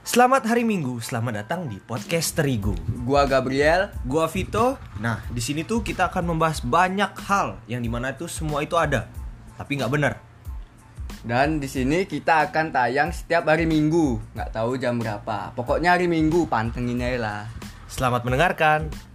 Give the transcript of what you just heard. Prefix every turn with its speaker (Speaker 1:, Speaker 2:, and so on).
Speaker 1: Selamat hari Minggu, selamat datang di podcast Terigu.
Speaker 2: Gua Gabriel.
Speaker 1: Gua Vito. Nah, di sini tuh kita akan membahas banyak hal yang dimana tuh semua itu ada, tapi nggak benar.
Speaker 2: Dan di sini kita akan tayang setiap hari Minggu. Nggak tahu jam berapa. Pokoknya hari Minggu pantengin aja lah.
Speaker 1: Selamat mendengarkan.